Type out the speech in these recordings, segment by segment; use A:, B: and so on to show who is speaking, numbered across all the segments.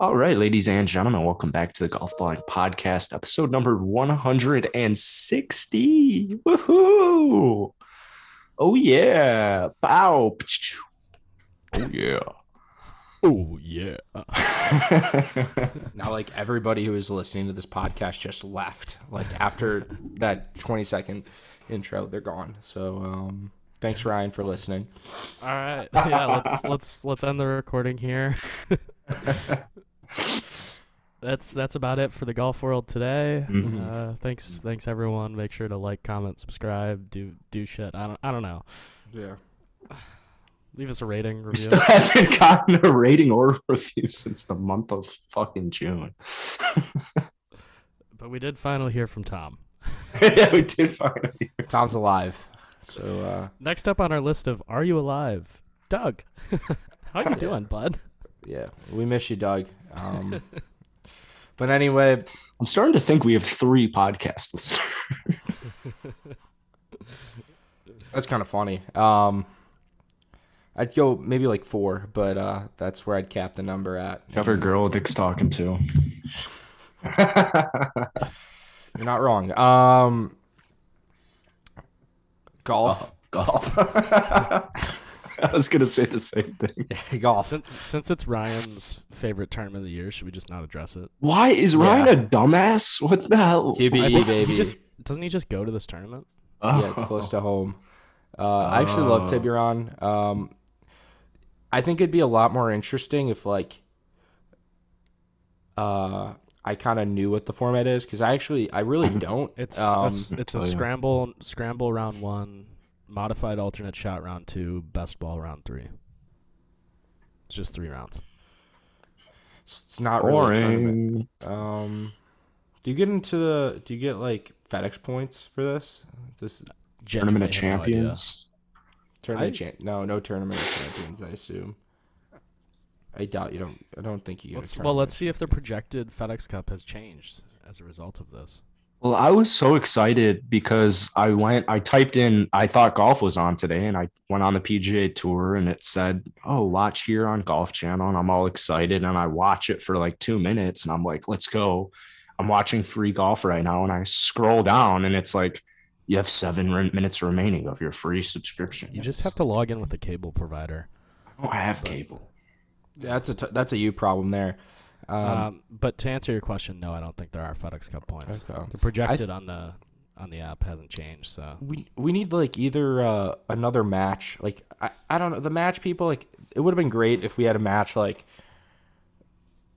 A: All right, ladies and gentlemen, welcome back to the Golf Balling Podcast, episode number 160. Woohoo! Oh, yeah. Bow. Oh, yeah.
B: Oh yeah.
C: Now, like everybody who is listening to this podcast just left. Like after that 20 second intro, they're gone. So, um, thanks Ryan for listening.
B: All right. Yeah, let's let's let's end the recording here. that's that's about it for the golf world today.
A: Mhm.
B: Uh, thanks thanks everyone. Make sure to like, comment, subscribe, do do shit. I don't I don't know.
C: Yeah.
B: Leave us a rating
A: We
B: review.
A: still haven't gotten a rating or review since the month of fucking June.
B: but we did finally hear from Tom.
A: yeah, we did finally.
C: Tom's alive. So, uh,
B: Next up on our list of Are You Alive? Doug. How you doing, bud?
C: yeah, we miss you, Doug. Um, but anyway,
A: I'm starting to think we have three podcast listeners.
C: that's kind of funny. Um, I'd go maybe like four, but, uh, that's where I'd cap the number at.
A: Cover girl Dick's talking to.
C: You're not wrong. Um, golf.
A: Golf. I was going to say the same thing.
C: golf.
B: Since since it's Ryan's favorite term of the year, should we just not address it?
A: Why is Ryan
C: Yeah.
A: a dumbass? What the hell?
B: I
C: QBE,
B: think
C: baby.
B: He just doesn't he just go to this tournament?
C: Yeah, it's close to home. Uh, I actually
B: Oh.
C: love Tiburon. Um, I think it'd be a lot more interesting if like uh, I kind of knew what the format is because I actually I really don't.
B: Mm-hmm. It's
C: um,
B: it's, it's a
A: tell ya.
B: scramble scramble round one, modified alternate shot round two, best ball round three. It's just three rounds.
C: it's not really a tournament.
A: boring.
C: Um, do you get into the? Do you get like FedEx points for this? This
A: Tournament
B: Genuinely
A: of
B: have no idea.
A: Champions.
C: tournament
B: I-
C: champ? No, no tournament of champions. I assume. I doubt you don't. I don't think you. Get a
B: Let's, well,
C: tournament
B: let's
C: of
B: see if the
C: champions.
B: projected FedEx Cup has changed as a result of this.
A: Well, I was so excited because I went, I typed in, I thought golf was on today, and I went on the PGA tour and it said, Oh, watch here on Golf Channel. And I'm all excited and I watch it for like two minutes and I'm like, Let's go. I'm watching free golf right now. And I scroll down and it's like, You have seven re- minutes remaining of your free subscription.
B: You just have to log in with a cable provider.
A: Oh, I have cable.
C: That's a t- that's a you problem there. Um,
B: Um, but to answer your question, no, I don't think there are FedEx Cup points.
C: okay.
B: The projected on the on the app hasn't changed, so
C: We we need like either uh, another match. Like I, I don't know the match people. Like it would have been great if we had a match like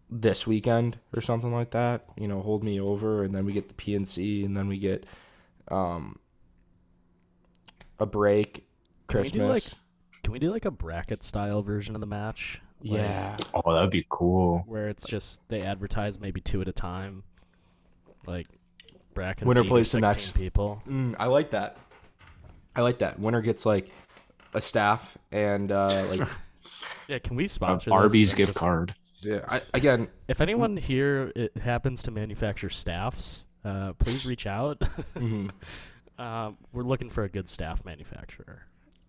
C: this weekend or something like that. You know, hold me over, and then we get the PNC, and then we get um a break.
B: Can we
C: Christmas.
B: do, like, can we do like a bracket style version of the match? Like,
C: yeah.
A: Oh, that'd be cool.
B: where it's just they advertise maybe two at a time, like bracket
C: Winner
B: being
C: plays the
B: 16
C: next.
B: people.
C: Mm, I like that. I like that. Winner gets like a staff and uh like
B: Yeah, can we
A: Uh,
B: sponsor
A: Arby's
B: this?
A: gift
B: Just-
A: card.
C: yeah. I, again,
B: If anyone here it happens to manufacture staffs, uh, please reach out.
C: mhm.
B: um, we're looking for a good staff manufacturer.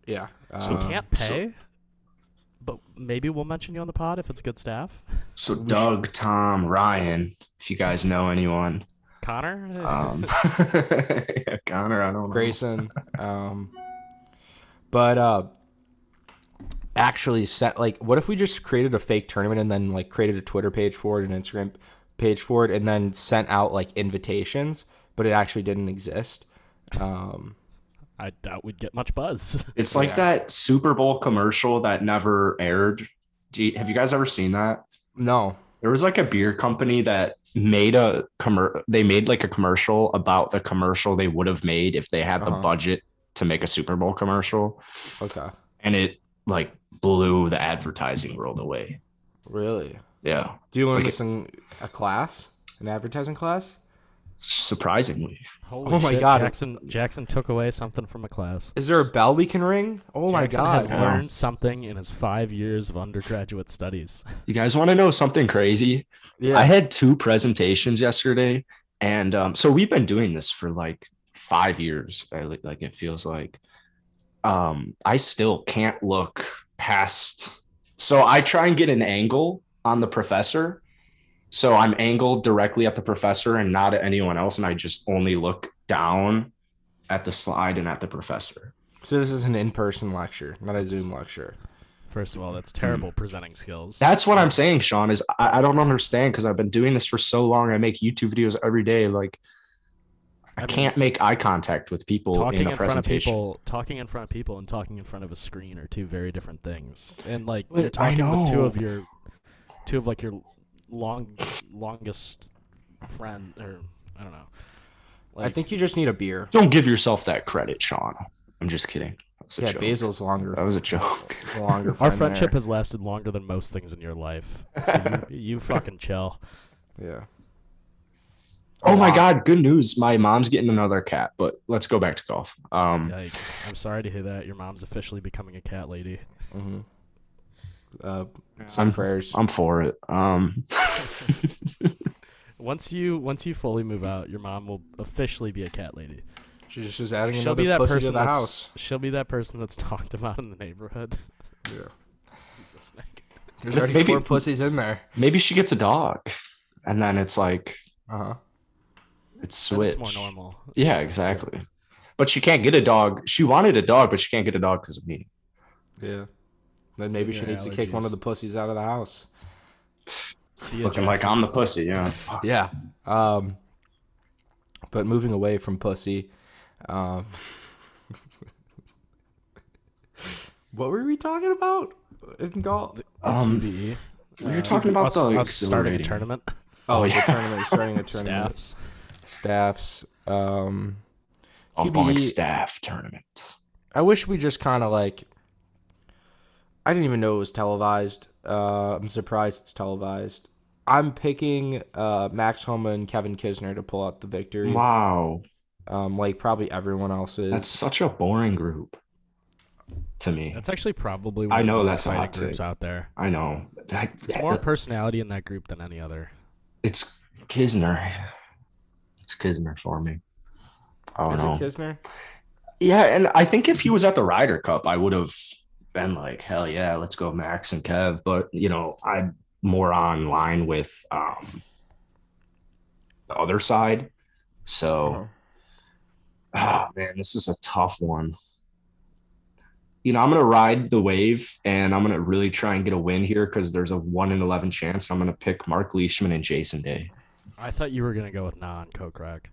C: yeah.
A: So
B: We
C: um,
B: can't
A: so-
B: pay, but maybe we'll mention you on the pod if it's good staff.
A: So, Doug, Tom, Ryan, if you guys know anyone,
B: Connor,
A: Um, yeah, Connor, I don't know.
C: Grayson. Um, but uh, actually, set like, what if we just created a fake tournament and then like created a Twitter page for it, an Instagram page for it, and then sent out like invitations, but it actually didn't exist. Um,
B: I doubt we'd get much buzz.
A: It's like
C: Yeah.
A: that Super Bowl commercial that never aired. Do you, have you guys ever seen that?
C: no,
A: There was like a beer company that made a commer they made like a commercial about the commercial they would have made if they had the
C: Uh-huh.
A: budget to make a Super Bowl commercial
C: okay,
A: and it like blew the advertising world away.
C: really?
A: Yeah,
C: Do you learn
A: Like
C: this in a class, an advertising class?
A: surprisingly.
B: Holy
C: Oh my
B: shit,
C: God.
B: Jackson Jackson took away somethson from a class.
C: Is there a bell we can ring? Oh my
B: Jackson
C: god!
B: has learned something in his five years of undergraduate studies.
A: You guys want to know something crazy?
C: yeah,
A: I had two presentations yesterday, and um, so we've been doing this for like five years. I, li- like it feels like um, I still can't look past. So I try and get an angle on the professor, So I'm angled directly at the professor and not at anyone else, and I just only look down at the slide and at the professor.
C: So this is an in-person lecture, not a Zoom lecture.
B: First of all,
A: Hmm.
B: that's terrible presenting skills.
A: That's what I'm saying, Sean. Is I, I don't understand because I've been doing this for so long. I make YouTube videos every day. Like I
B: mean,
A: can't make eye contact with people
B: talking
A: in
B: in,
A: a
B: front of
A: presentation.
B: people, talking in front of people, and talking in front of a screen are two very different things. And like
A: Wait,
B: you're
A: I
B: talking with two
A: know.
B: of your, two of like your long, longest friend or I don't know.
C: I
B: Like,
C: think you just need a beer.
A: Don't give yourself that credit, Sean. I'm just kidding. That was a
C: Yeah,
A: joke.
C: Basil's longer.
A: That was a joke.
C: longer.
B: our
C: friend
B: friendship
C: there.
B: has lasted longer than most things in your life. So you, you fucking chill.
C: Yeah.
A: Oh my
C: Wow.
A: God! Good news. My mom's getting another cat. But let's go back to golf. Um,
B: Yikes. I'm sorry to hear that. Your mom's officially becoming a cat lady.
C: Mhm. Uh, some
A: I'm
C: prayers.
A: I'm for it. Um,
B: Once you once you fully move out, your mom will officially be a cat lady.
C: She's just is adding
B: She'll
C: another
B: be that
C: pussy
B: person
C: to the
B: that's,
C: house.
B: She'll be that person that's talked about in the neighborhood.
C: Yeah.
B: Jesus, Nick.
C: There's already
A: Maybe-
C: four pussies in there.
A: maybe she gets a dog, and then it's like
C: Uh huh.
A: it's
B: But
A: switched.
B: It's more normal.
A: Yeah, exactly. But she can't get a dog. She wanted a dog, but she can't get a dog because of me.
C: Yeah. Then maybe she
B: Your
C: needs to kick one
B: allergies.
C: of the pussies out of the house.
B: See ya,
A: Looking like
B: Jackson.
A: I'm the pussy. Yeah.
C: Yeah. Um. But moving away from pussy, um. what were we talking about in golf?
A: Um,
B: QBE.
A: we were
B: Uh,
A: talking about
B: us,
A: the
B: us starting a
A: exhilarating-
B: tournament.
C: Oh,
A: Oh,
C: yeah.
A: yeah.
C: tournament, starting a tournament.
B: Staffs.
C: Staffs. Um.
A: golf
C: QBE.
A: bowling staff tournament.
C: I wish we just kind of like. I didn't even know it was televised. Uh, I'm surprised it's televised. I'm picking uh, Max Homa and Kevin Kisner to pull out the victory.
A: Wow,
C: Um, like probably everyone else is.
A: that's such a boring group to me.
B: That's actually probably one
A: I
B: of the
A: know
B: more
A: that's a
B: exciting
A: hot take.
B: groups out there.
A: I know that,
B: There's more personality in that group than any other.
A: it's Kisner. It's Kisner for me. Oh
C: is
A: no.
C: it Kisner?
A: Yeah, and I think if he was at the Ryder Cup, I would have been like, hell yeah, let's go Max and Kev. But you know, I'm more on line with um the other side.
B: Oh.
C: Oh.
A: So ah, man, this is a tough one. You know, I'm gonna ride the wave and I'm gonna really try and get a win here because there's a one in eleven chance. I'm gonna pick Mark Leishman and Jason Day.
B: I thought you were gonna go with non Kokrak.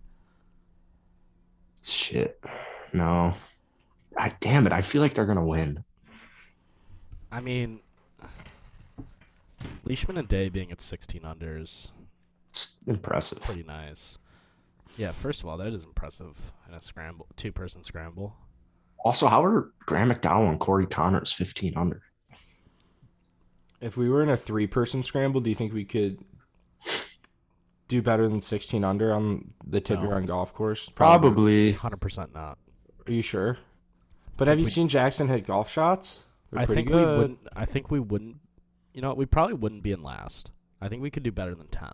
A: Shit. No. God damn it. I feel like they're gonna win.
B: I mean, Leishman and Day being at 16 under is
A: It's impressive.
B: pretty nice. Yeah, first of all, that is impressive in a scramble, two person scramble.
A: Also, how are Graham McDowell and Corey Connors 15 under?
C: If we were in a three-person scramble, do you think we could do better than 16 under on the Tiburon golf course?
B: 100% not.
C: Are you sure? But have you seen Jackson hit golf shots? They're
B: I
C: pretty
B: think we
C: good.
B: wouldn't. I think we wouldn't. You know, we probably wouldn't be in last. I think we could do better than 10.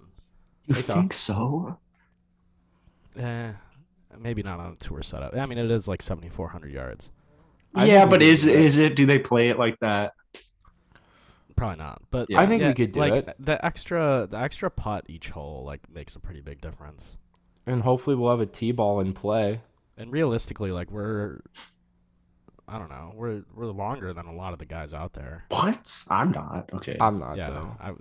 A: You
C: Okay.
A: think so?
B: Eh, maybe not on a tour setup. I mean, it is like 7,400 yards.
C: I
A: yeah,
C: think
A: but
C: we
A: is
C: do that.
A: is it? Do they play it like that?
B: Probably not. But
A: Yeah.
C: I think we could do
B: like,
C: it.
B: The extra, the extra putt each hole like makes a pretty big difference.
C: And hopefully we'll have a T-ball in play.
B: And realistically, like we're, I don't know, we're we're longer than a lot of the guys out there.
A: What? I'm not. Okay.
C: I'm not
B: yeah,
C: though.
B: I,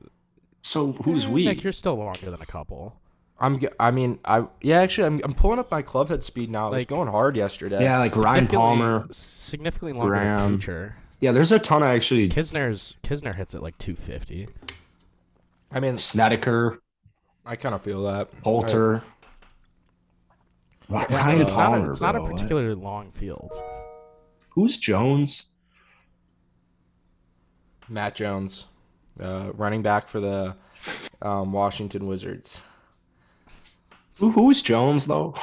A: so who's
B: Eh,
A: we?
B: Nick, you're still longer than a couple.
C: I'm. ge- I mean, I yeah. Actually, I'm. I'm pulling up my club head speed now. It was
B: Like-
C: going hard yesterday.
A: yeah, like Ryan
B: Significantly-
A: Palmer.
B: significantly longer
A: Graham.
B: than Kuchar.
A: Yeah, there's a ton of actually
B: Kisner's Kisner hits it like 250.
C: I mean,
A: Snedeker,
C: I kind of feel that.
A: Holter. Ri- Ryan
B: it's not
A: Palmer.
B: a, it's not a
A: bro.
B: particularly long field.
A: Who's Jones?
C: Matt Jones, uh, running back for the um, Washington Wizards.
A: Who, who's Jones though?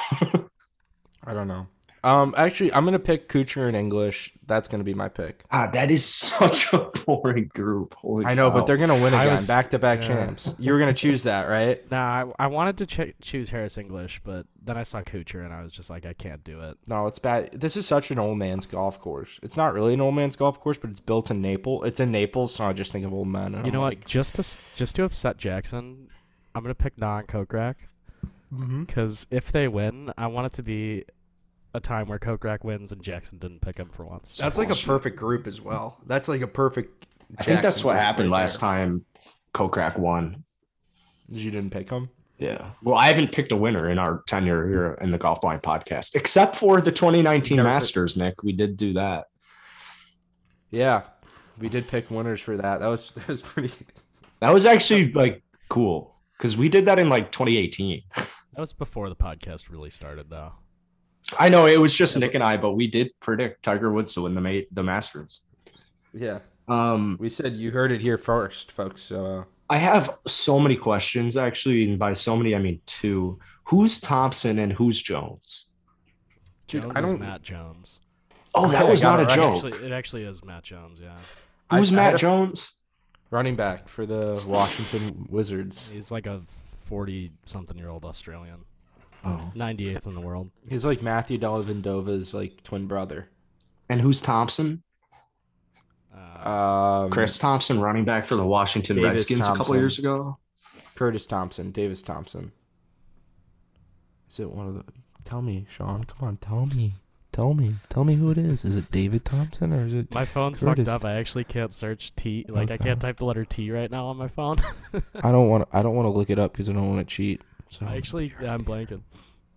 C: I don't know. Um, actually, I'm gonna pick Kuchar in English. That's gonna be my pick.
A: ah, that is such a boring group. Holy
C: I know, but
A: cow.
C: they're gonna win
B: I
C: again.
B: was-
C: Back to back
B: yeah.
C: champs. You were gonna choose that, right?
B: Nah, I, I wanted to ch- choose Harris English, but then I saw Kuchar and I was just like, I can't do it.
C: No, it's bad. This is such an old man's golf course. It's not really an old man's golf course, but it's built
A: Oh
C: in Naples. It's in Naples, so I just think of old men. and
B: You
C: I'm
B: know
C: like,
B: what? Just to s- just to upset Jackson, I'm gonna pick non Coke Rack
C: Mm-hmm.
B: because if they win, I want it to be a time where Coke Rack wins and Jackson didn't pick him for once.
A: That's
D: That's like a
A: bullshit.
D: perfect group as well. That's like a perfect.
A: I think that's
D: Jackson
A: what
D: group
A: happened
D: right
A: last
D: there.
A: time Kokrak won.
C: You didn't pick him.
A: Yeah. Well, I haven't picked a winner in our tenure here in the Golf Blind podcast, except for the 2019
C: Never picked-
A: Masters, Nick. We did do that.
C: Yeah, we did pick winners for that. That was that was pretty.
A: That was actually like cool because we did that in like 2018.
B: That was before the podcast really started, though.
A: I know it was just Nick and I, but we did predict Tiger Woods to win the ma- the Masters.
C: Yeah,
A: Um,
C: we said you heard it here first, folks. So uh,
A: I have so many questions actually, and by so many I mean two. Who's Thompson and who's Jones?
C: Dude,
B: Jones
C: I
B: is
C: don't-
B: Matt Jones.
A: Oh, that
C: Okay,
A: was
C: got
A: not a
C: it right.
A: joke.
B: Actually, it actually is Matt Jones. Yeah,
C: I-
A: who's
C: I
A: Matt
C: had a-
A: Jones?
C: running back for the Washington Wizards.
B: he's like a forty-something-year-old Australian,
A: Oh,
B: ninety-eighth in the world.
C: He's like Matthew Dellavedova's like twin brother.
A: and who's Thompson?
B: Uh,
C: Um,
A: Chris Thompson, running back for the Washington
C: Davis
A: Redskins a couple
C: Thompson.
A: years ago.
C: Curtis Thompson, Davis Thompson. Is it one of the? Tell me, Sean. Come on, tell me, tell me, tell me who it is. Is it David Thompson or is it?
B: my phone's
C: Curtis.
B: fucked up. I actually can't search T. Like I
C: Okay.
B: can't type the letter T right now on my phone.
C: I don't want. I don't want to look it up because I don't want to cheat.
A: Oh.
C: So
B: I actually, I'm blanking.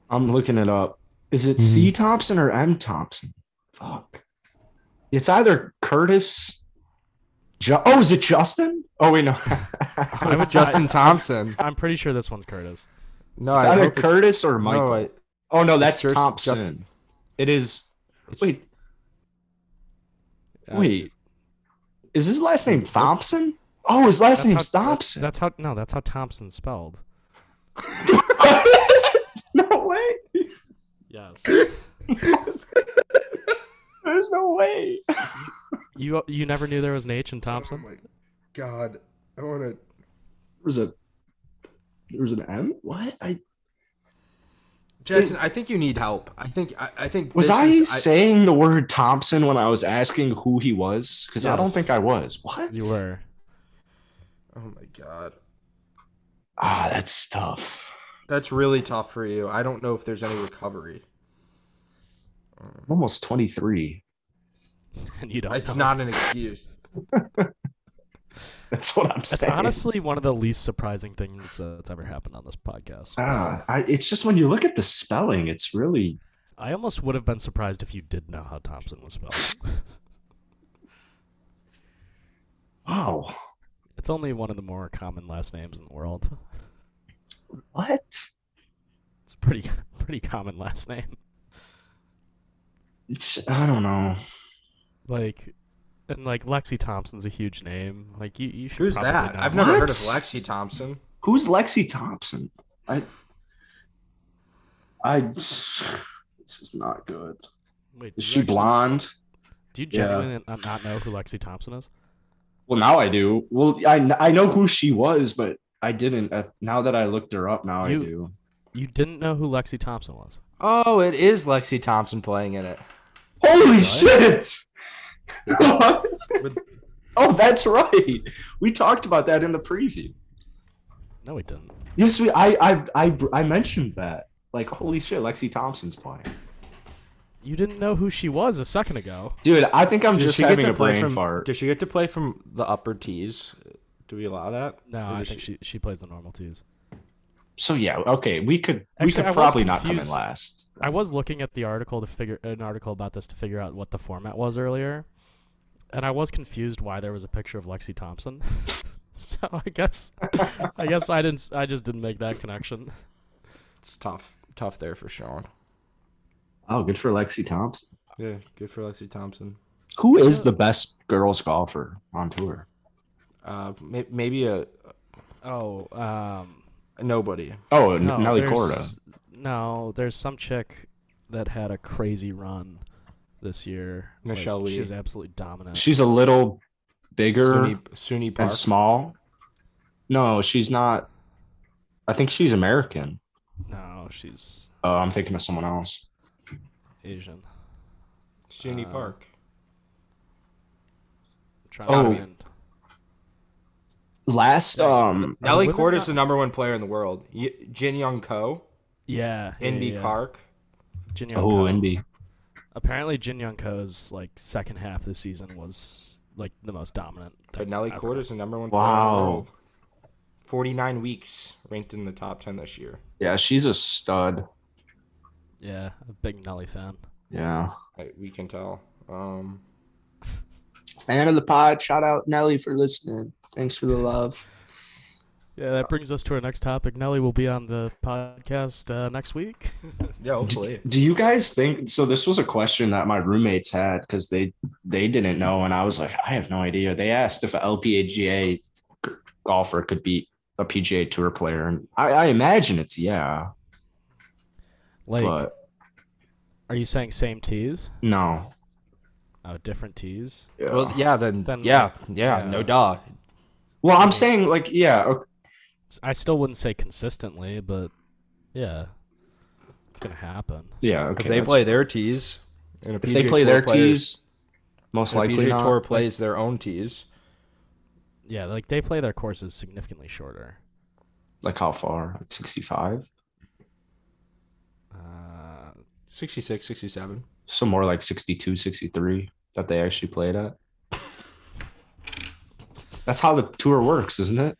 A: I'm looking it up. Is it
C: Mm-hmm.
A: C Thompson or M Thompson? Fuck. It's either Curtis. Ju- oh, is it Justin? Oh wait, no.
C: Oh,
B: I
C: it's
B: would-
C: Justin Thompson.
B: I'm pretty sure this one's Curtis.
C: No,
A: it's
C: I
A: either
C: hope it's-
A: Curtis or Michael.
C: No, I-
A: oh no, that's
C: Just-
A: Thompson.
C: Justin.
A: It is.
C: it's-
A: Wait,
B: Uh,
A: wait. Is his last name Thompson? Oh, his last
B: that's
A: name's
B: how-
A: Thompson.
B: That's how. No, that's how Thompson's spelled.
A: no way.
B: Yes.
A: There's no way.
B: you you never knew there was an H in Thompson.
D: Oh my god, I want to.
A: There's a. There's an M. What? I
C: Jackson, I think you need help. I think I, I think
A: Was
C: this
A: I
C: is-
A: saying the word Thompson when I was asking who he was? Because I don't
B: Yes.
A: think I was. What?
B: You were.
C: Oh my god,
A: Ah, that's tough.
C: that's really tough for you. I don't know if there's any recovery.
A: I'm almost 23.
B: And you don't.
C: It's
B: know.
C: not an excuse.
A: That's what I'm
B: That's
A: saying.
B: honestly one of the least surprising things uh, that's ever happened on this podcast.
A: Ah, I, it's just when you look at the spelling, it's really.
B: I almost would have been surprised if you did know how Thompson was spelled.
A: Wow.
B: it's only one of the more common last names in the world.
A: What?
B: It's a pretty pretty common last name.
A: It's, I don't know.
B: Like and like Lexi Thompson's a huge name. Like you, you should
C: Who's
B: probably
C: that?
B: know.
C: I've never heard of
A: What?
C: Lexi Thompson.
A: Who's Lexi Thompson? I. I. This is not good.
B: Wait, do
A: Is
B: you
A: she
B: actually-
A: blonde?
B: Do you
A: Yeah.
B: genuinely not- not know who Lexi Thompson is?
A: Well, now I do. Well, I, I know who she was, but I didn't. Uh, now that I looked her up, now
B: You-
A: I do.
B: You didn't know who Lexi Thompson was.
C: Oh, it is Lexi Thompson playing in it.
A: Holy shit! oh, that's right. We talked about that in the preview.
B: No, we didn't.
A: Yes, we. I I I, I mentioned that. Like, holy shit, Lexi Thompson's playing.
B: You didn't know who she was a second ago.
A: Dude, I think I'm
C: Did
A: just
C: she get
A: having
C: to
A: a
C: play
A: brain
C: from?
A: fart.
C: Did she get to play from the upper tees? Do we allow that?
B: No,
C: Or
B: I
C: does
B: think
C: she-
B: she, she plays the normal twos.
A: So yeah, okay, we could we
B: Actually,
A: could
B: I was
A: probably not come in
B: confused.
A: last.
B: I was looking at the article to figure an article about this to figure out what the format was earlier, and I was confused why there was a picture of Lexi Thompson. so I guess I guess I didn't s- I just didn't make that connection.
C: It's tough, tough there for Sean.
A: Oh, good for Lexi Thompson.
C: Yeah, good for Lexi Thompson.
A: Who is the best girls golfer on tour?
C: Uh, may- maybe a,
B: Oh, um,
C: a nobody.
A: Oh,
B: no,
A: Nelly
B: there's-
A: Korda.
B: No, there's some chick that had a crazy run this year. Like,
C: Michelle
B: She
C: Lee.
B: was absolutely dominant.
A: She's a little bigger.
C: SUNY, SUNY Park.
A: and small. No, she's not. I think she's American.
B: no, she's
A: Oh, I'm thinking of someone else.
B: Asian. I'm
C: SUNY
B: uh,
C: Park.
B: trying
A: gotta
B: to
A: be-
B: find-
A: Last um
B: Are the
C: Nelly
B: women
C: Court is
B: not-
C: the number one player in the world. Y- Jin Young Ko,
B: Yeah. yeah,
C: Indy
B: yeah.
C: Kark.
B: Jin Young
A: oh
B: Ko.
A: Indy.
B: Apparently, Jin Young Ko's like second half of the season was like the most dominant.
C: But Nelly
B: ever.
C: Court is the number one player in the
A: Wow.
C: world. 49 weeks ranked in the top 10 this year.
A: Yeah, she's a stud.
B: Yeah, a big Nelly fan.
A: Yeah.
C: I- We can tell. Um,
A: Fan of the pod. Shout out Nelly for listening. Thanks for the love.
B: Yeah, that brings us to our next topic. Nelly will be on the podcast uh, next week.
C: yeah, hopefully.
A: Do you guys think so? This was a question that my roommates had because they they didn't know, and I was like, I have no idea. They asked if a LPGA g- golfer could beat a PGA Tour player, and I, I imagine it's yeah,
B: Like,
A: but
B: are you saying same tees?
A: no.
B: Oh, different tees.
A: Yeah.
C: Well, yeah, then,
B: Then,
C: yeah, yeah, no
B: yeah.
C: duh.
A: Well, I'm saying like yeah, okay,
B: I still wouldn't say consistently, but yeah, it's gonna happen.
A: yeah. Okay.
C: If they
A: that's-
C: play their tees, and
A: if they play their tees, most
C: and a
A: likely
C: PGA
A: not.
C: Tour plays their own tees.
B: Yeah, like they play their courses significantly shorter.
A: Like how far? Like 65.
B: Uh,
C: 66, 67.
A: So more like 62, 63 that they actually played at. That's how the tour works, isn't it?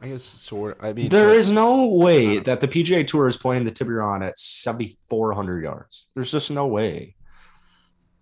C: I guess sort. I mean,
A: There is no way that the PGA Tour is playing the Tiburon at 7,400 yards. There's just no way.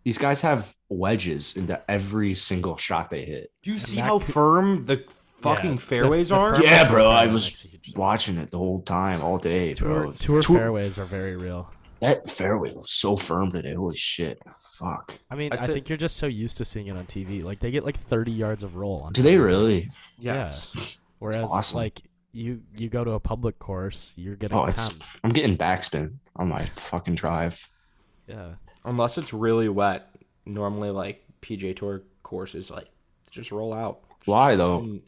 A: These guys have wedges into every single shot they hit.
C: Do you see
B: that
C: how
B: could-
C: firm the fucking
B: the-
C: fairways
B: the
C: are?
B: fairways
A: Yeah,
B: are
A: bro, I
B: fairways
A: was
B: makes a huge difference.
A: Watching it the whole time, all day,
B: Tour,
A: bro.
B: tour
A: Tour-
B: fairways are very real.
A: That fairway was so firm today. Holy shit. Fuck.
B: I mean,
C: That's
B: I
C: it.
B: think you're just so used to seeing it on TV. Like they get like 30 yards of roll. On
A: Do they
B: TV.
A: really?
C: Yes.
B: Whereas
A: awesome.
B: like you you go to a public course, you're getting
A: Oh,
B: 10.
A: it's- I'm getting backspin on my fucking drive.
B: Yeah.
C: Unless it's really wet. Normally, like PJ Tour courses, like just roll out. Just
A: Why, though?
C: fucking-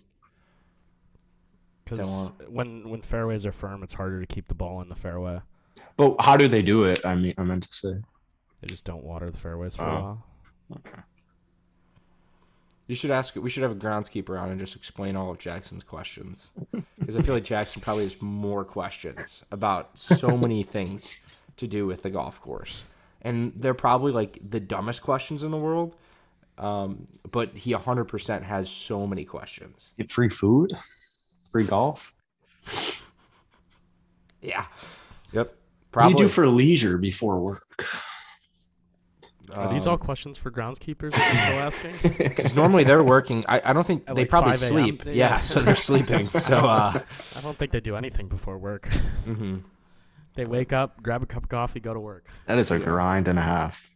B: Cuz when when fairways are firm, it's harder to keep the ball in the fairway.
A: But how do they do it? I mean, I meant to say.
B: They just don't water the fairways for a
A: Oh.
B: while.
C: You should ask. We should have a groundskeeper on and just explain all of Jackson's questions, because I feel like Jackson probably has more questions about so many things to do with the golf course, and they're probably like the dumbest questions in the world. Um, but he 100% has so many questions.
A: Get free food, free golf.
C: Yeah. Yep.
A: What
C: Probably.
A: do you do for leisure before work?
B: Are these all questions for groundskeepers that people asking?
C: um, Because normally they're working. I, I don't think
B: At
C: they
B: like
C: probably
B: 5 a.m.,
C: sleep.
B: they-
C: Yeah.
B: yeah.
C: so they're sleeping. So uh,
B: I don't think they do anything before work. Mm-hmm.
C: mhm.
B: they wake up, grab a cup of coffee, go to work.
A: That is a grind and a half.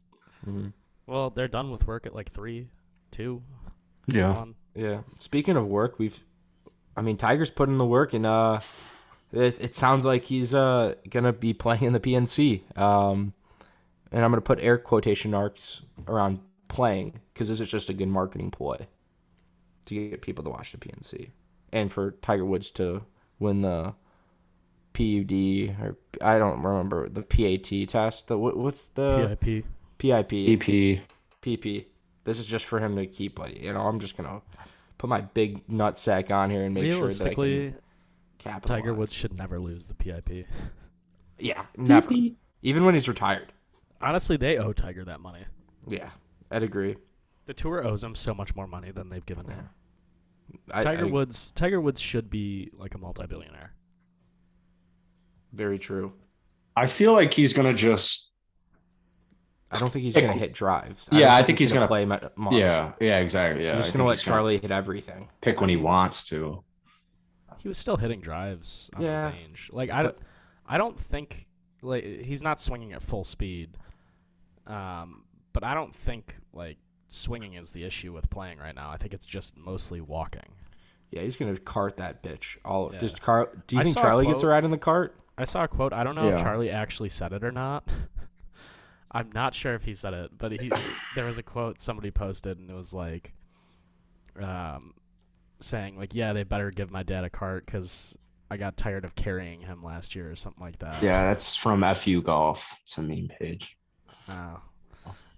B: Well, they're done with work at like 3, 2,
A: Yeah.
B: one.
C: yeah. Speaking of work, we've. I mean, Tiger's put in the work, and uh, it, it sounds like he's uh gonna be playing in the PNC. Um, and I'm gonna put air quotation marks around playing because this is just a good marketing ploy to get people to watch the PNC and for Tiger Woods to win the PUD or I don't remember the PAT test. The what, what's the
B: PIP.
C: PIP?
A: EP.
C: PP. This is just for him to keep like you know. I'm just gonna put my big nut sack on here and make sure that I
B: Realistically,
C: can capitalize.
B: Tiger Woods should never lose the PIP.
C: Yeah, never. Even when he's retired.
B: Honestly, they owe Tiger that money.
C: Yeah, I'd agree.
B: The tour owes him so much more money than they've given him.
C: I,
B: Tiger
C: I-
B: Woods, Tiger Woods should be like a multi-billionaire.
C: Very true.
A: I feel like he's gonna just.
C: I don't think he's
A: Hey,
C: gonna hit drives.
A: yeah,
C: don't
A: I think he's
C: play mu- much.
A: Yeah. Yeah. Exactly. Yeah.
C: he's
A: I
C: just
A: think
C: gonna let
A: he's
C: Charlie hit everything.
A: pick when he wants to.
B: He was still hitting drives on
C: Yeah,
B: the range. Like I, don't, I don't think like he's not swinging at full speed. Um, but I don't think like swinging is the issue with playing right now. I think it's just mostly walking.
C: Yeah, he's gonna cart that bitch. All
B: Yeah.
C: does Car- Do you
B: I
C: think
B: saw a
C: Charlie gets a
B: quote-
C: ride in the cart?
B: I saw a quote. I don't know if
A: Yeah.
B: Charlie actually said it or not. I'm not sure if he said it, but he there was a quote somebody posted and it was like, um, saying like, yeah, they better give my dad a cart because I got tired of carrying him last year or something like that.
A: Yeah, that's from FU Golf. It's a meme page.
B: Oh.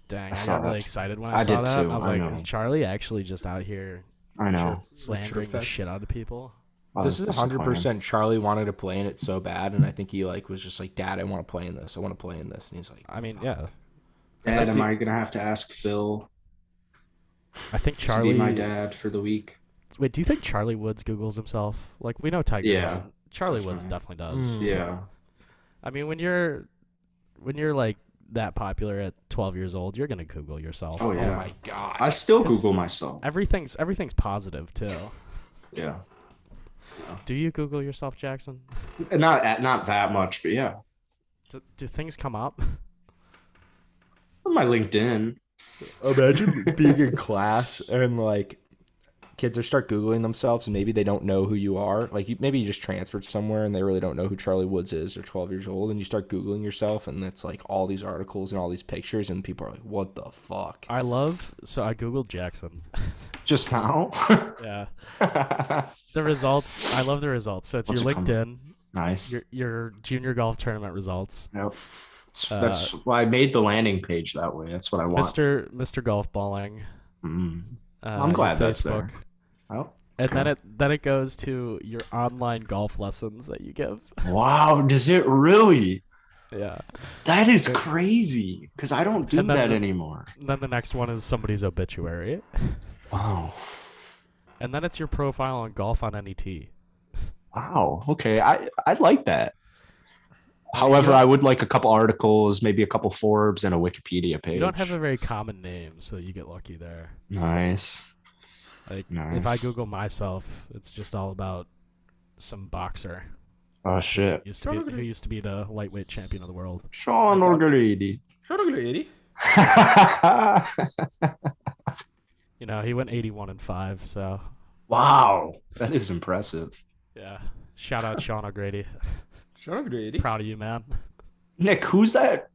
B: Dang,
A: I
B: I,
A: saw
B: got really
A: that.
B: excited when I,
A: I
B: saw
A: did
B: that. and
A: too,
B: I was
A: I
B: like,
A: know.
B: is Charlie actually just out here
A: I know.
B: slandering the
C: Fest.
B: shit out of people.
A: Oh,
C: This is
A: that's
C: hundred
A: disappointing.
C: percent. Charlie wanted to play in it so bad, and I think he like was just like, "Dad, I want to play in this. I want to play in this." And he's like,
B: I mean,
C: "Fuck."
B: yeah,
A: Dad,
C: That's
A: am
C: the-
A: I gonna have to ask Phil
B: I think
A: Charlie,
B: Charlie.
A: to be my dad for the week?
B: Wait, do you think Charlie Woods Google's himself? Like we know Tiger.
A: Yeah. Hmm.
B: doesn't. Charlie
A: That's
B: Woods
A: right.
B: definitely does.
C: Mm.
A: Yeah,
B: I mean, when you're when you're like that popular at 12 years old, you're gonna Google yourself.
A: Oh,
C: Oh
A: Yeah.
C: my god.
A: I still
B: Yes.
A: Google myself.
B: Everything's everything's positive too.
A: Yeah,
B: Do you Google yourself, Jackson?
A: not not that much, but yeah,
B: Do, do things come up?
A: my LinkedIn.
C: Imagine being in class and like kids are start googling themselves and maybe they don't know who you are. Like you, maybe you just transferred somewhere and they really don't know who Charlie Woods is. They're 12 years old and you start googling yourself and it's like all these articles and all these pictures and people are like, "What the fuck?"
B: I love. So I Googled Jackson.
A: Just now.
B: Yeah. The results. I love the results. So it's
A: What's
B: your
A: it come-
B: LinkedIn,
A: nice.
B: your your junior golf tournament results.
A: Yep. That's, that's
C: uh,
A: why I made the landing page that way. That's what I want.
B: Mr. Mr. Golf Balling.
A: Mm.
B: Uh,
A: I'm
B: on
A: glad that's there.
B: Facebook.
A: Oh.
B: And then
A: Okay.
B: it then it goes to your online golf lessons that you give.
A: Wow, does it really?
B: Yeah.
A: That is crazy because I don't do
B: And then
A: that
B: the-
A: anymore.
B: And then the next one is somebody's obituary.
A: Wow.
B: And then it's your profile on golf on E NET.
A: Wow. Okay. I, I like that. However, I would like a couple articles, maybe a couple Forbes and a Wikipedia page.
B: You don't have a very common name, so you get lucky there.
A: nice.
B: Like
A: nice.
B: if I Google myself, it's just all about some boxer
A: Oh shit.
B: used to be who used to be the lightweight champion of the world.
A: Sean O'Grady.
B: You know, he went 81 and 5, so
A: wow. That is impressive.
B: yeah. Shout out Sean O'Grady.
C: Charlie
B: Proud of you, man.
A: Nick, who's that?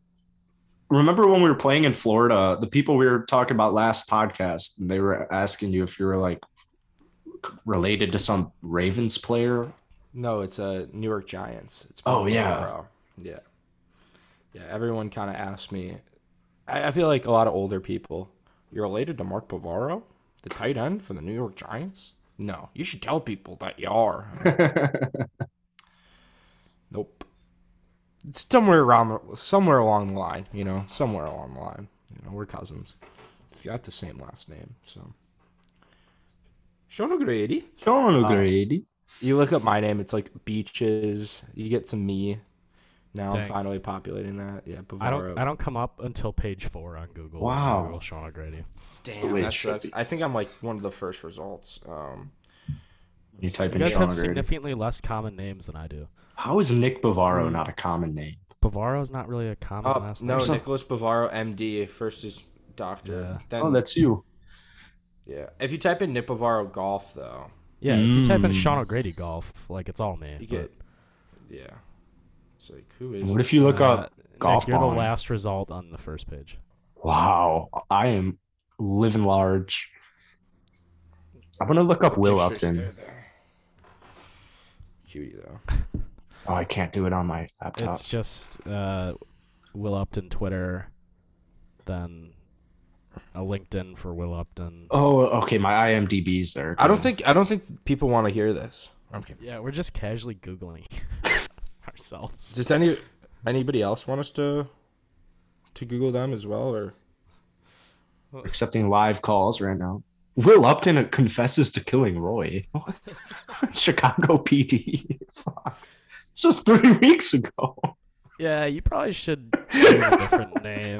A: Remember when we were playing in Florida, the people we were talking about last podcast, and they were asking you if you were like related to some Ravens player?
C: No, it's uh, New York Giants. It's
A: Oh,
C: Mark
A: yeah.
C: Morrow. yeah, yeah. Everyone kind of asked me. I, I feel like a lot of older people. You're related to Mark Bavaro, the tight end for the New York Giants. No, you should tell people that you are. nope. It's somewhere around, the, somewhere along the line. You know, somewhere along the line. You know, we're cousins. It's got the same last name, so. Sean O'Grady.
A: Sean O'Grady.
C: You look up my name, it's like beaches. You get some me. Now
B: Thanks.
C: I'm finally populating that. Yeah, Bavaro.
B: I don't I don't come up until page 4 on Google. when I
A: Wow.
B: Google Sean O'Grady.
A: the
C: Damn,
A: way it
C: that
A: should
C: sucks.
A: be.
C: I think I'm like one of the first results. Um,
A: you type
B: You
A: in
B: guys
A: Sean
B: have
A: O'Grady.
B: significantly less common names than I do.
A: How is Nick
C: Hmm.
A: Bavaro not a common name?
B: Bavaro's not really a common
C: oh,
B: last
C: no,
B: name.
C: Nicholas Bavaro, MD. First is doctor.
B: Yeah.
C: Then,
A: Oh, that's you.
C: yeah. If you type in Nick Bavaro golf, though,
B: Yeah, if you type in
A: Mm.
B: Sean O'Grady golf, like it's all me.
C: you
B: but-
C: get. Yeah. It's like who is?
A: What if you look
B: Uh,
A: up? golf
B: Nick, you're
A: balling.
B: the last result on the first page.
A: Wow, I am living large. I'm gonna look up Will
C: Pictures
A: Upton.
C: there, though. Cutie though.
A: Oh, I can't do it on my laptop.
B: It's just uh, Will Upton Twitter, then a LinkedIn for Will Upton.
A: Oh, okay. My IMDb's there.
C: I don't
A: too.
C: think I don't think people want to hear this. I'm kidding.
B: Yeah, we're just casually googling ourselves.
C: Does any anybody else want us to to Google them as well, or
A: accepting live calls right now. Will Upton confesses to killing Roy. What? Chicago PD. Fuck. This was three weeks ago.
B: Yeah, you probably should use a different name.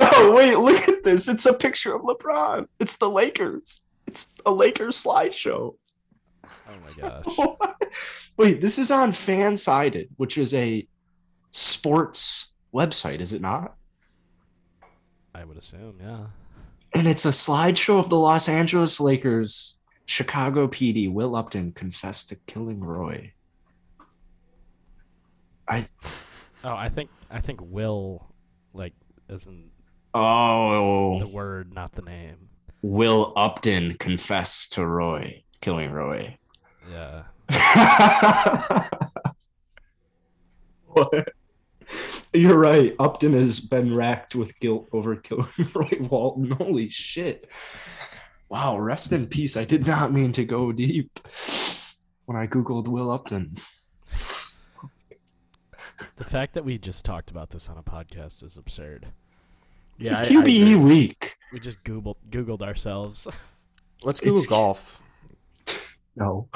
A: Oh wait, look at this. It's a picture of LeBron. It's the Lakers. It's a Lakers slideshow.
B: Oh my gosh.
A: What? Wait, this is on Fansided, which is a sports website, is it not?
B: I would assume, yeah.
A: And it's a slideshow of the Los Angeles Lakers. Chicago PD Will Upton confessed to killing Roy.
B: Oh, I think I think Will like isn't the
A: Oh,
B: word, not the name.
A: Will Upton confess to Roy killing Roy.
B: Yeah.
A: what? You're right. Upton has been racked with guilt over killing Roy Walton. Holy shit. Wow, rest in peace. I did not mean to go deep when I Googled Will Upton.
B: The fact that we just talked about this on a podcast is absurd.
C: Yeah,
A: QBE week.
B: We just googled googled ourselves.
C: Let's Google
A: It's-
C: golf.
A: No.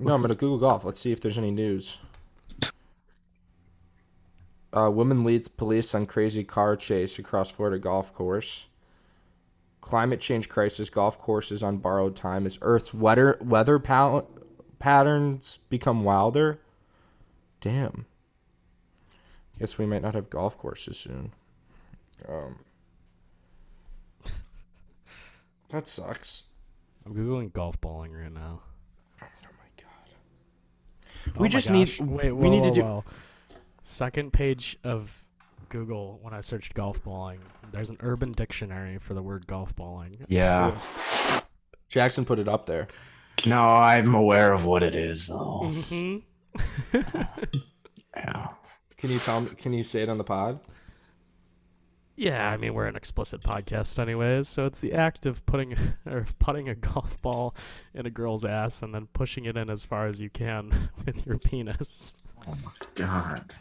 C: No, I'm gonna Google golf. Let's see if there's any news. Uh, woman leads police on crazy car chase across Florida golf course. Climate change crisis. Golf courses on borrowed time as Earth's weather weather pal- patterns become wilder. Damn. Guess we might not have golf courses soon. Um,
D: That sucks.
B: I'm googling golf balling right now.
C: oh my god.
B: Oh
C: We
B: my
C: just need-
B: gosh. Wait,
C: we need to do-
B: do second page of Google when I searched golf balling. There's an urban dictionary for the word golf balling.
A: Yeah.
C: Jackson put it up there.
A: No, I'm aware of what it is, though.
B: Mhm.
A: Yeah.
C: Can you tell me? Can you say it on the pod?
B: Yeah, I mean we're an explicit podcast anyways, so it's the act of putting or putting a golf ball in a girl's ass and then pushing it in as far as you can with your penis.
A: God.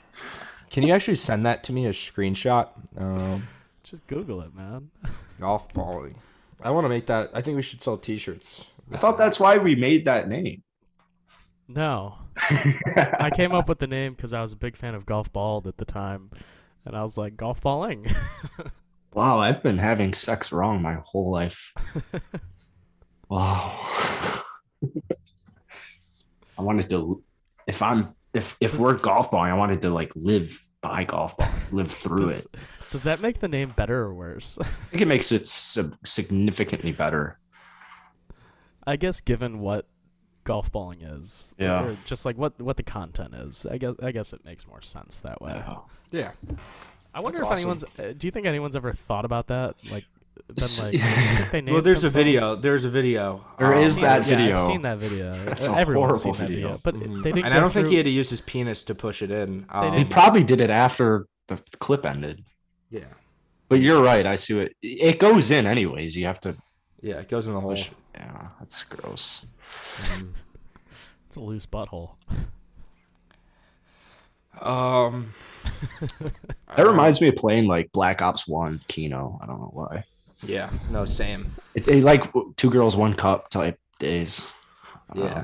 C: Can you actually send that to me as screenshot? Um,
B: Just Google it, man.
C: golf balling. I want to make that. I think we should sell T-shirts.
A: I thought that's why we made that name.
B: No. I came up with the name because I was a big fan of golf balled at the time. And I was like, golf balling.
A: Wow, I've been having sex wrong my whole life. wow. I wanted to if I'm if if we're golf balling, I wanted to like live by golf ball, live through
B: does,
A: it.
B: does that make the name better or worse?
A: I think it makes it sub- significantly better.
B: I guess given what golf balling is.
A: Yeah.
B: or just like what, what the content is. I guess I guess it makes more sense that way.
C: Yeah.
B: I wonder if
C: That's
B: anyone's uh, do you think anyone's ever thought about that? Like been
A: S-
B: like they
C: Well,
B: named
C: there's a video.
B: themselves-
C: There's a video. Um,
A: There
B: I've
A: is
B: seen
A: that
B: it, yeah,
A: video.
B: I've seen that video. Uh,
A: That's a
B: Everyone's
A: horrible
B: seen
A: video.
B: that video. But it- they
C: mm,
B: didn't
C: Mm-hmm. and
B: go
C: I don't think
B: through-
C: he had to use his penis to push it in. Um,
A: He
B: didn't-
A: probably did it after the clip ended.
C: yeah.
A: But you're right, I see it. It goes in anyways. You have to
C: Yeah. It goes in the hole.
A: push. Yeah, that's gross.
B: It's a loose butthole.
C: Um.
A: That reminds me of playing like Black Ops 1 Kino. I don't know why.
C: Yeah. No. Same.
A: It, it like two girls, one cup type days.
C: Yeah.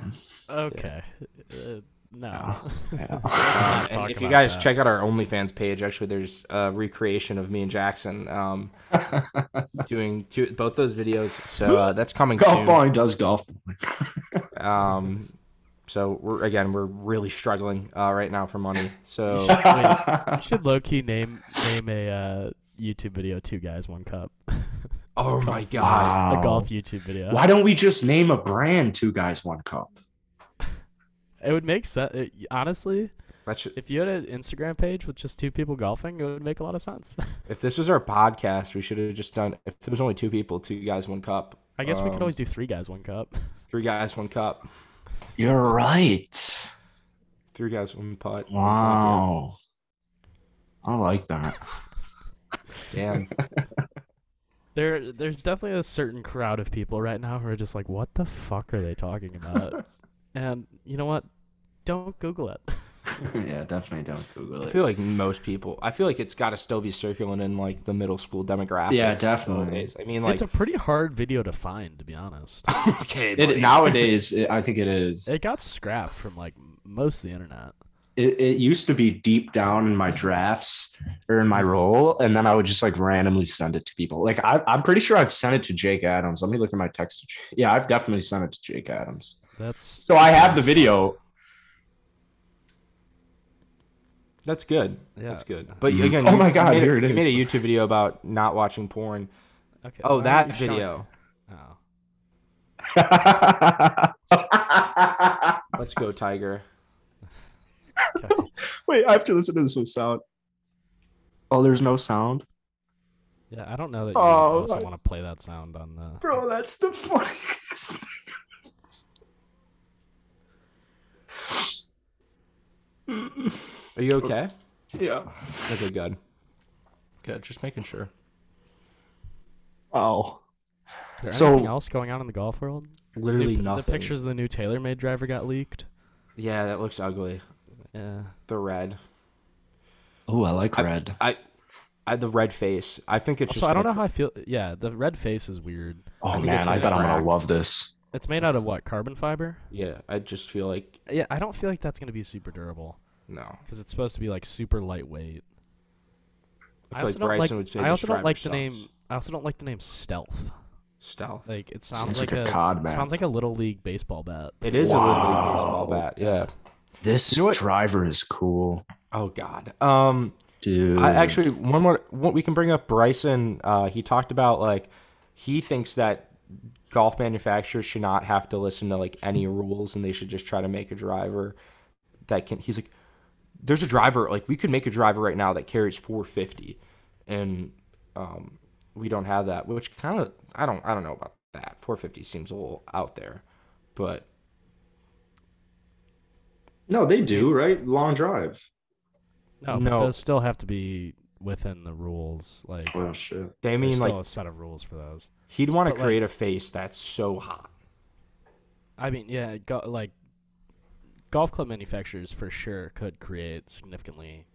A: Um,
B: Okay. Uh, no.
A: yeah.
C: Um,
B: talk
C: and if you
B: about
C: guys
B: that.
C: check out our OnlyFans page, actually, there's a recreation of me and Jackson um, doing two, both those videos. So uh, that's coming
A: golf
C: soon.
A: balling does golf. balling.
C: Um, so we're again, we're really struggling uh, right now for money. So
B: Wait, you should low key name name a uh, YouTube video two guys one cup.
C: oh my god,
A: Wow.
B: A golf YouTube video.
A: Why don't we just name a brand Two Guys One Cup?
B: It would make sense. honestly,
C: that should,
B: if you had an Instagram page with just two people golfing, it would make a lot of sense.
C: if this was our podcast, we should have just done. If it was only two people, two guys, one cup.
B: I guess we could
C: Um,
B: always do three guys one cup.
C: three guys, one cup.
A: You're right.
C: Three guys, one putt. one cup,
A: Wow. I like that.
C: yeah. Damn.
B: There, there's definitely a certain crowd of people right now who are just like, "What the fuck are they talking about?" and you know what? Don't Google it.
A: yeah, definitely don't Google
C: I feel like most people. I feel like it's got to still be circling in like the middle school demographic.
A: Yeah, definitely.
C: I mean, like
B: it's a pretty hard video to find, to be honest.
C: okay,
A: It, nowadays, it, I think it is. It,
B: it got scrapped from like m- most of the internet.
A: it used to be deep down in my drafts or in my role, and then I would just like randomly send it to people. Like I, I'm pretty sure I've sent it to Jake Adams. Let me look at my text. Yeah, I've definitely sent it to Jake Adams.
B: That's
A: So I have the video.
C: That's good.
B: Yeah.
C: That's good. But
A: Mhm.
C: again,
A: Oh
C: you-
A: my
C: you
A: God,
C: made a-
A: here it
C: you made a
A: is.
C: YouTube video about not watching porn.
B: Okay,
C: Oh,
B: why are
C: that
B: you showing-
C: video.
B: Oh.
C: Let's go, Tiger.
B: Okay.
A: Wait, I have to listen to this with sound. Oh, there's no sound,
B: yeah, I don't know that you
A: Oh,
B: also
A: I-
B: want to play that sound on the.
A: bro. That's the funniest.
C: Are you okay?
B: Oh.
A: Yeah.
C: Okay, good. Good. Just making sure.
A: Oh.
B: there
A: So-
B: anything else going on in the golf world?
C: Literally
B: the,
C: nothing.
B: The pictures of the new TaylorMade driver got leaked.
C: Yeah, that looks ugly.
B: Yeah.
C: The red.
A: Oh, I like
C: I-
A: red.
C: I, I the red face. I think it's just.
B: So I don't know
C: gonna-
B: how I feel. Yeah, the red face is weird.
A: Oh
C: think
A: man,
C: it's
A: I
C: gonna
A: bet I'm
C: crack.
A: gonna love this.
B: It's made out of what? Carbon fiber?
C: Yeah, I just feel like
B: Yeah, I don't feel like that's gonna be super durable
C: no.
B: because it's supposed to be like super lightweight.
C: I feel like Bryson would say
B: I
C: this
B: also don't
C: driver
B: like the
C: sucks.
B: name. I also don't like the name stealth.
C: Stealth.
B: Like it sounds,
A: Sounds
B: like,
A: like a
B: a
A: COD bat.
B: sounds like a little league baseball bat.
C: It is a little league baseball bat. Yeah.
A: This
C: know what-
A: driver is cool,
C: Oh God. Um.
A: dude.
C: I actually one more. One, we can bring up Bryson. Uh, he talked about like he thinks that golf manufacturers should not have to listen to like any rules, and they should just try to make a driver that can. He's like, there's a driver like we could make a driver right now that carries 450, and um, we don't have that. Which kind of I don't I don't know about that. 450 seems a little out there, but
A: no, they do right. Long drive.
B: No,
C: No.
B: But those still have to be within the rules. Like
A: Oh shit.
C: they
B: there's
C: mean
B: still
C: like
B: a set of rules for those.
C: he'd want
B: but,
C: to
B: like-
C: create a face that's so hot.
B: I mean, yeah, go, like golf club manufacturers for sure could create significantly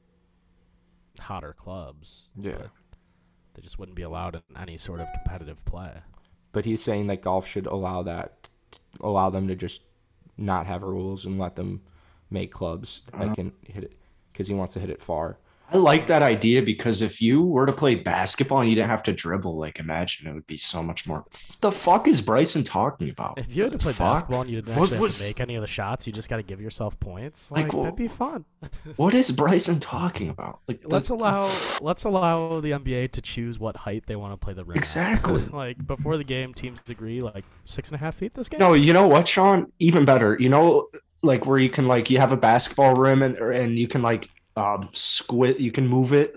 B: hotter clubs. but they just wouldn't be allowed in any sort of competitive play.
C: but he's saying that golf should allow that allow them to just not have rules and let them make clubs that can hit it because he wants to hit it far
A: I like that idea because if you were to play basketball and you didn't have to dribble, like imagine it would be so much more. The fuck is Bryson talking about?
B: If you had to play
A: Fuck.
B: basketball and you didn't
A: What
B: actually
A: was-
B: have to make any of the shots, you just got to give yourself points.
A: Like,
B: Like,
A: wha-
B: that'd be fun.
A: What is Bryson talking about? Like the-
B: let's allow let's allow the NBA to choose what height they want to play the rim. at.
A: Exactly.
B: like before the game, teams agree like six and a half feet. This game.
A: No, you know what, Sean? Even better. You know, like where you can like you have a basketball rim and or- and you can like um squid you can move it.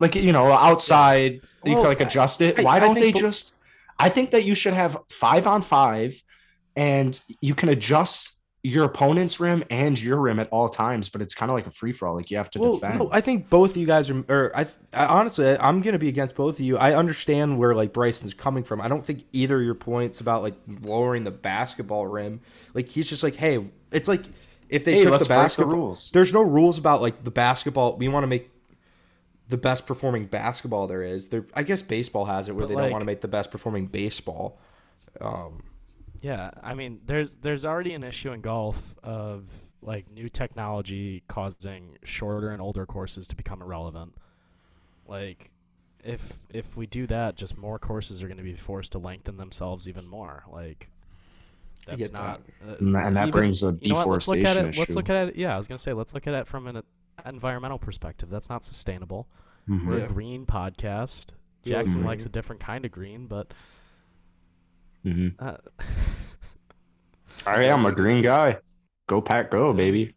A: Like you know, outside you can
C: Well,
A: like adjust it.
C: I-
A: Why
C: I
A: don't
C: think
A: they
C: the-
A: just I think that you should have 5 on 5 and you can adjust your opponent's rim and your rim at all times, but it's kind of like a free for all. Like you have to
C: well
A: defend.
C: no, i think both of you guys are or I, I honestly I- i'm gonna be against both of you i understand where like bryson's coming from i don't think either of your points about like lowering the basketball rim like he's just like hey it's like if they
A: Hey,
C: took
A: let's
C: the
A: break the
C: basketball
A: rules.
C: there's no rules about like the basketball we want to make the best performing basketball there is there i guess baseball has it where
B: But,
C: they don't
B: like-
C: want to make the best performing baseball um,
B: Yeah, I mean, there's there's already an issue in golf of like new technology causing shorter and older courses to become irrelevant. Like, if if we do that, just more courses are going to be forced to lengthen themselves even more. Like, that's
C: get
B: not. uh,
A: and that, and that
B: even-
A: brings a
B: you know what, let's look
A: deforestation
B: at it.
A: issue.
B: Let's look at it. Yeah, I was gonna say let's look at it from an environmental perspective. That's not sustainable.
A: Mhm.
B: We're
C: Yeah.
B: a green podcast.
C: Yeah,
B: Jackson
A: mhm.
B: likes a different kind of green, but
A: Mhm.
B: uh,
A: All right, I'm a green guy. Go pack, go, baby.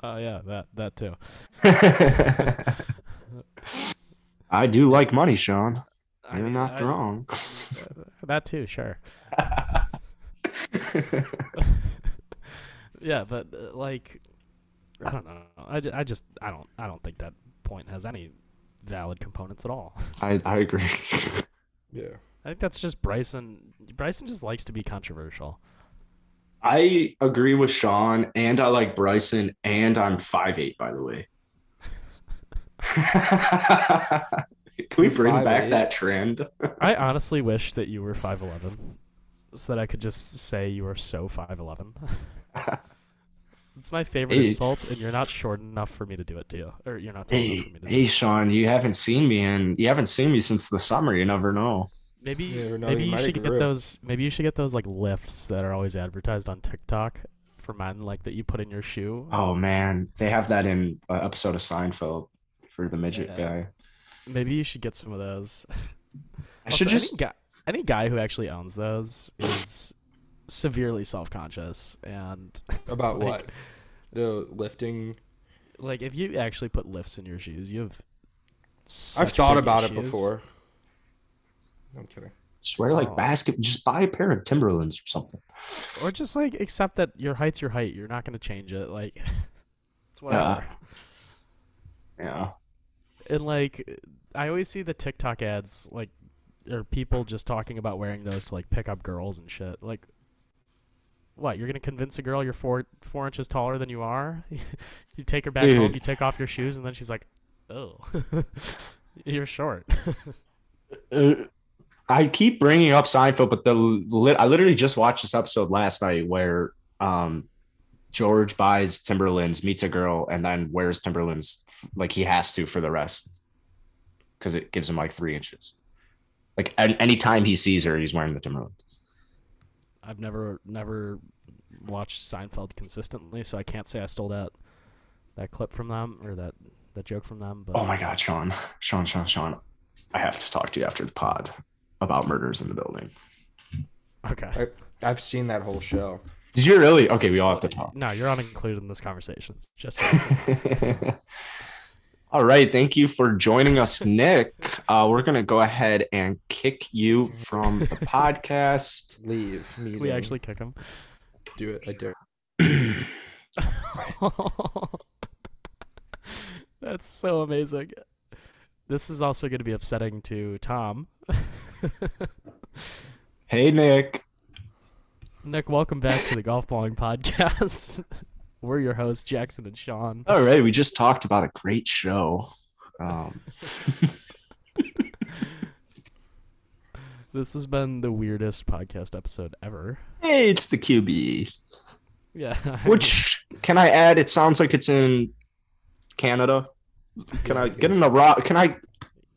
B: uh, yeah, that that too.
A: I do like money, Sean.
B: I
A: You're
B: mean,
A: not
B: I-
A: wrong.
B: That too, sure. Yeah, but uh, like, I don't know. I, ju- I just I don't I don't think that point has any valid components at all.
A: I, I agree.
C: yeah
B: I think that's just Bryson. Bryson just likes to be controversial.
A: I agree with Sean, and I like Bryson, and I'm 5'8", by the way. Can we bring back
C: 5'8"?
A: that trend?
B: I honestly wish that you were 5'11 so that I could just say you are so 5'11. it's my favorite
A: Hey.
B: insult, and you're not short enough for me to do it to you. Or you're not tall enough
A: Hey,
B: for me to do
A: hey,
B: it.
A: Sean, you haven't seen me, and you haven't seen me since the summer. You never know.
B: Maybe,
C: you never know,
B: maybe
C: you
B: you
C: might
B: should
C: have
B: get
C: grew.
B: those. Maybe you should get those like lifts that are always advertised on TikTok for men, like that you put in your shoe.
A: Oh man, they have that in an episode of Seinfeld for the midget
B: Yeah.
A: guy.
B: Maybe you should get some of those.
A: I should
B: Also,
A: just
B: any guy, any guy who actually owns those is severely self-conscious and
C: about
B: Like-
C: what the lifting
B: like if you actually put lifts in your shoes, you have.
C: i've thought about it before i'm kidding
A: just wear like
B: Oh.
A: basket. Just buy a pair of Timberlands or something.
B: or just like accept that your height's your height. You're not gonna change it. Like
C: Uh,
B: it's whatever.
A: Yeah. Yeah.
B: And like I always see the TikTok ads like or people just talking about wearing those to like pick up girls and shit. Like, what? You're gonna convince a girl you're four four inches taller than you are? you take her back home,
A: Dude.
B: you take off your shoes, and then she's like, "Oh, you're short."
A: Uh, I keep bringing up Seinfeld, but the lit, I literally just watched this episode last night where um, George buys Timberlands, meets a girl, and then wears Timberlands f- like he has to for the rest because it gives him like three inches. Like an- anytime he sees her, he's wearing the Timberlands.
B: I've never never watched Seinfeld consistently, so I can't say I stole that that clip from them or that that joke from them. But
A: Oh my God, Sean, Sean, Sean, Sean! I have to talk to you after the pod about murders in the building.
B: okay.
C: I, I've seen that whole show.
A: Did you really? Okay, we all have to talk.
B: No, you're not included in this conversation. It's Just
A: All right. Thank you for joining us, Nick. Uh, we're going to go ahead and kick you from the podcast.
C: Leave. Meeting.
B: Can we actually kick him.
C: do it. I dare.
B: That's so amazing. This is also going to be upsetting to Tom.
A: Hey, Nick.
B: Nick, welcome back to the Golf Balling Podcast. We're your hosts, Jackson and Sean.
A: All right. We just talked about a great show. Um,
B: This has been the weirdest podcast episode ever.
A: hey, it's the QBE,
B: Yeah. I
A: which can I add? It sounds like it's in Canada. Can I get in a rock? Can I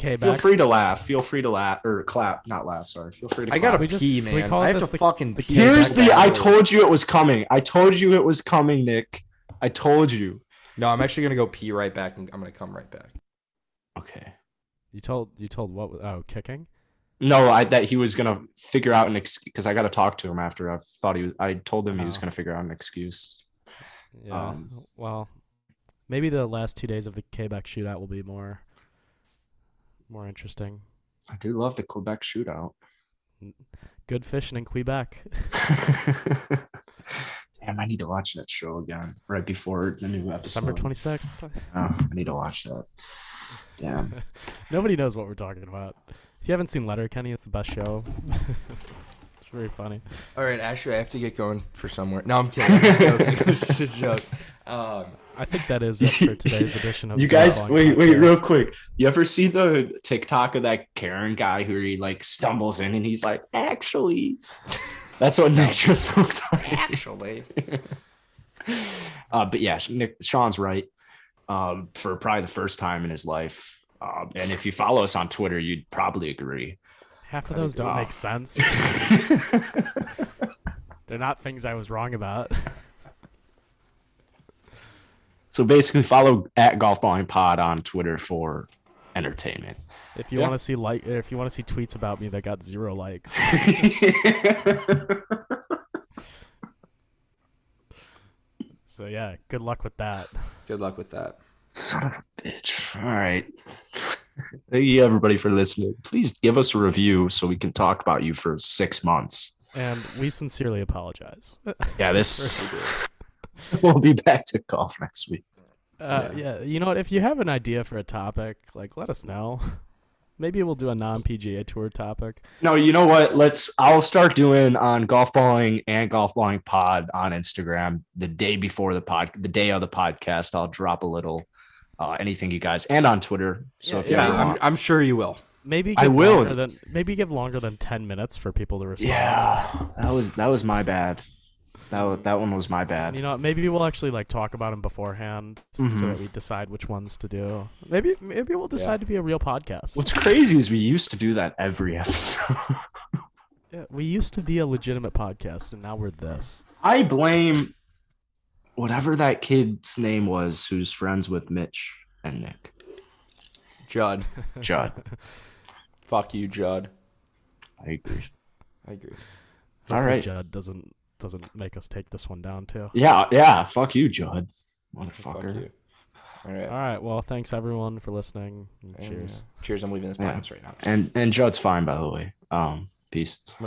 B: Okay,
A: feel
B: back.
A: free to laugh? Feel free to laugh or clap, not laugh. Sorry. Feel free to
C: I
A: clap.
C: gotta
B: We just-
C: pee,
B: we
C: man.
B: call
C: I have
B: this
C: to
B: the-
C: fucking pee.
A: Here's
C: Back
A: the I
C: down.
A: told you it was coming. I told you it was coming, Nick. I told you.
C: No, I'm actually gonna go pee right back, and I'm gonna come right back.
A: Okay.
B: You told you told what? Oh, kicking.
A: No, I that he was gonna figure out an excuse because I got to talk to him after. I thought he was. I told him he was
B: Oh.
A: gonna figure out an excuse.
B: Yeah.
A: Um,
B: Oh, well, maybe the last two days of the Quebec shootout will be more more interesting.
A: I do love the Quebec shootout.
B: Good fishing in Quebec.
A: Damn, I need to watch that show again right before the new episode.
B: December 26th.
A: Oh, I need to watch that. Damn.
B: Nobody knows what we're talking about. If you haven't seen Letterkenny, it's the best show. it's very funny.
C: All right, actually, I have to get going for somewhere. No, I'm kidding. I'm just joking. It's just a joke. Um,
B: I think that is it for today's edition of
A: You
B: the Golf
A: guys,
B: Balling
A: wait, wait,
B: Podcast.
A: real quick. You ever see the TikTok of that Karen guy who he like stumbles in and he's like, actually, that's what Nick just looked like.
C: actually,
A: Uh, but yeah, Nick, Sean's right. Um, for probably the first time in his life. Um, and if you follow us on Twitter, you'd probably agree.
B: Half of those don't
A: wow.
B: make sense. They're not things I was wrong about.
A: So basically, follow at Golf Balling Pod on Twitter for entertainment.
B: If you
C: Yeah.
B: want to see like, if you want to see tweets about me that got zero likes, so yeah, good luck with that.
C: good luck with that.
A: Son of a bitch. All right. Thank you, everybody, for listening. Please give us a review so we can talk about you for six months.
B: And we sincerely apologize. Uh,
A: Yeah, this. we'll be back to golf next week.
B: uh, yeah. you know what? If you have an idea for a topic, like let us know. Maybe we'll do a non PGA tour topic.
A: No, you know what? Let's. I'll start doing on golf balling and golf balling pod on Instagram the day before the pod, the day of the podcast. I'll drop a little, uh, anything you guys, and on Twitter. So if you
C: Yeah,
A: ever
C: I'm,
A: want,
C: I'm sure you will.
B: Maybe
A: I
B: give
A: will.
B: Longer than, maybe give longer than ten minutes for people to respond.
A: yeah, that was that was my bad. That wa- that one was my bad.
B: You know, what? maybe we'll actually like talk about them beforehand
A: Mm-hmm.
B: so that we decide which ones to do. Maybe maybe we'll decide to be a real podcast.
A: What's crazy is we used to do that every episode.
B: Yeah, we used to be a legitimate podcast, and now we're this.
A: I blame whatever that kid's name was who's friends with Mitch and Nick.
C: Judd,
A: Judd.
C: fuck you, Judd.
A: I agree.
C: I agree.
A: All
B: Hopefully
A: right.
B: Judd doesn't doesn't make us take this one down too.
A: Yeah, yeah. Fuck you, Judd.
C: Fuck
A: Motherfucker.
C: you. All right.
B: All right. Well, thanks everyone for listening. and
C: And,
B: Cheers.
C: uh, Cheers. I'm leaving this
A: Yeah.
C: podcast right now.
A: And and Judd's fine by the way. Um, peace.